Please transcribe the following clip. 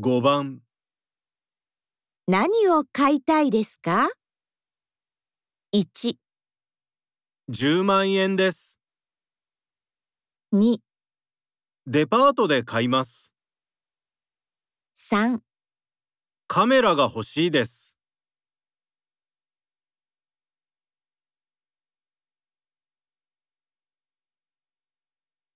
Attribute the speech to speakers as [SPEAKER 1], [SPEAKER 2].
[SPEAKER 1] 5番
[SPEAKER 2] 何を買いたいですか ?1、
[SPEAKER 1] 10万円です
[SPEAKER 2] 2、
[SPEAKER 1] デパートで買います
[SPEAKER 2] 3
[SPEAKER 1] カメラが欲しいです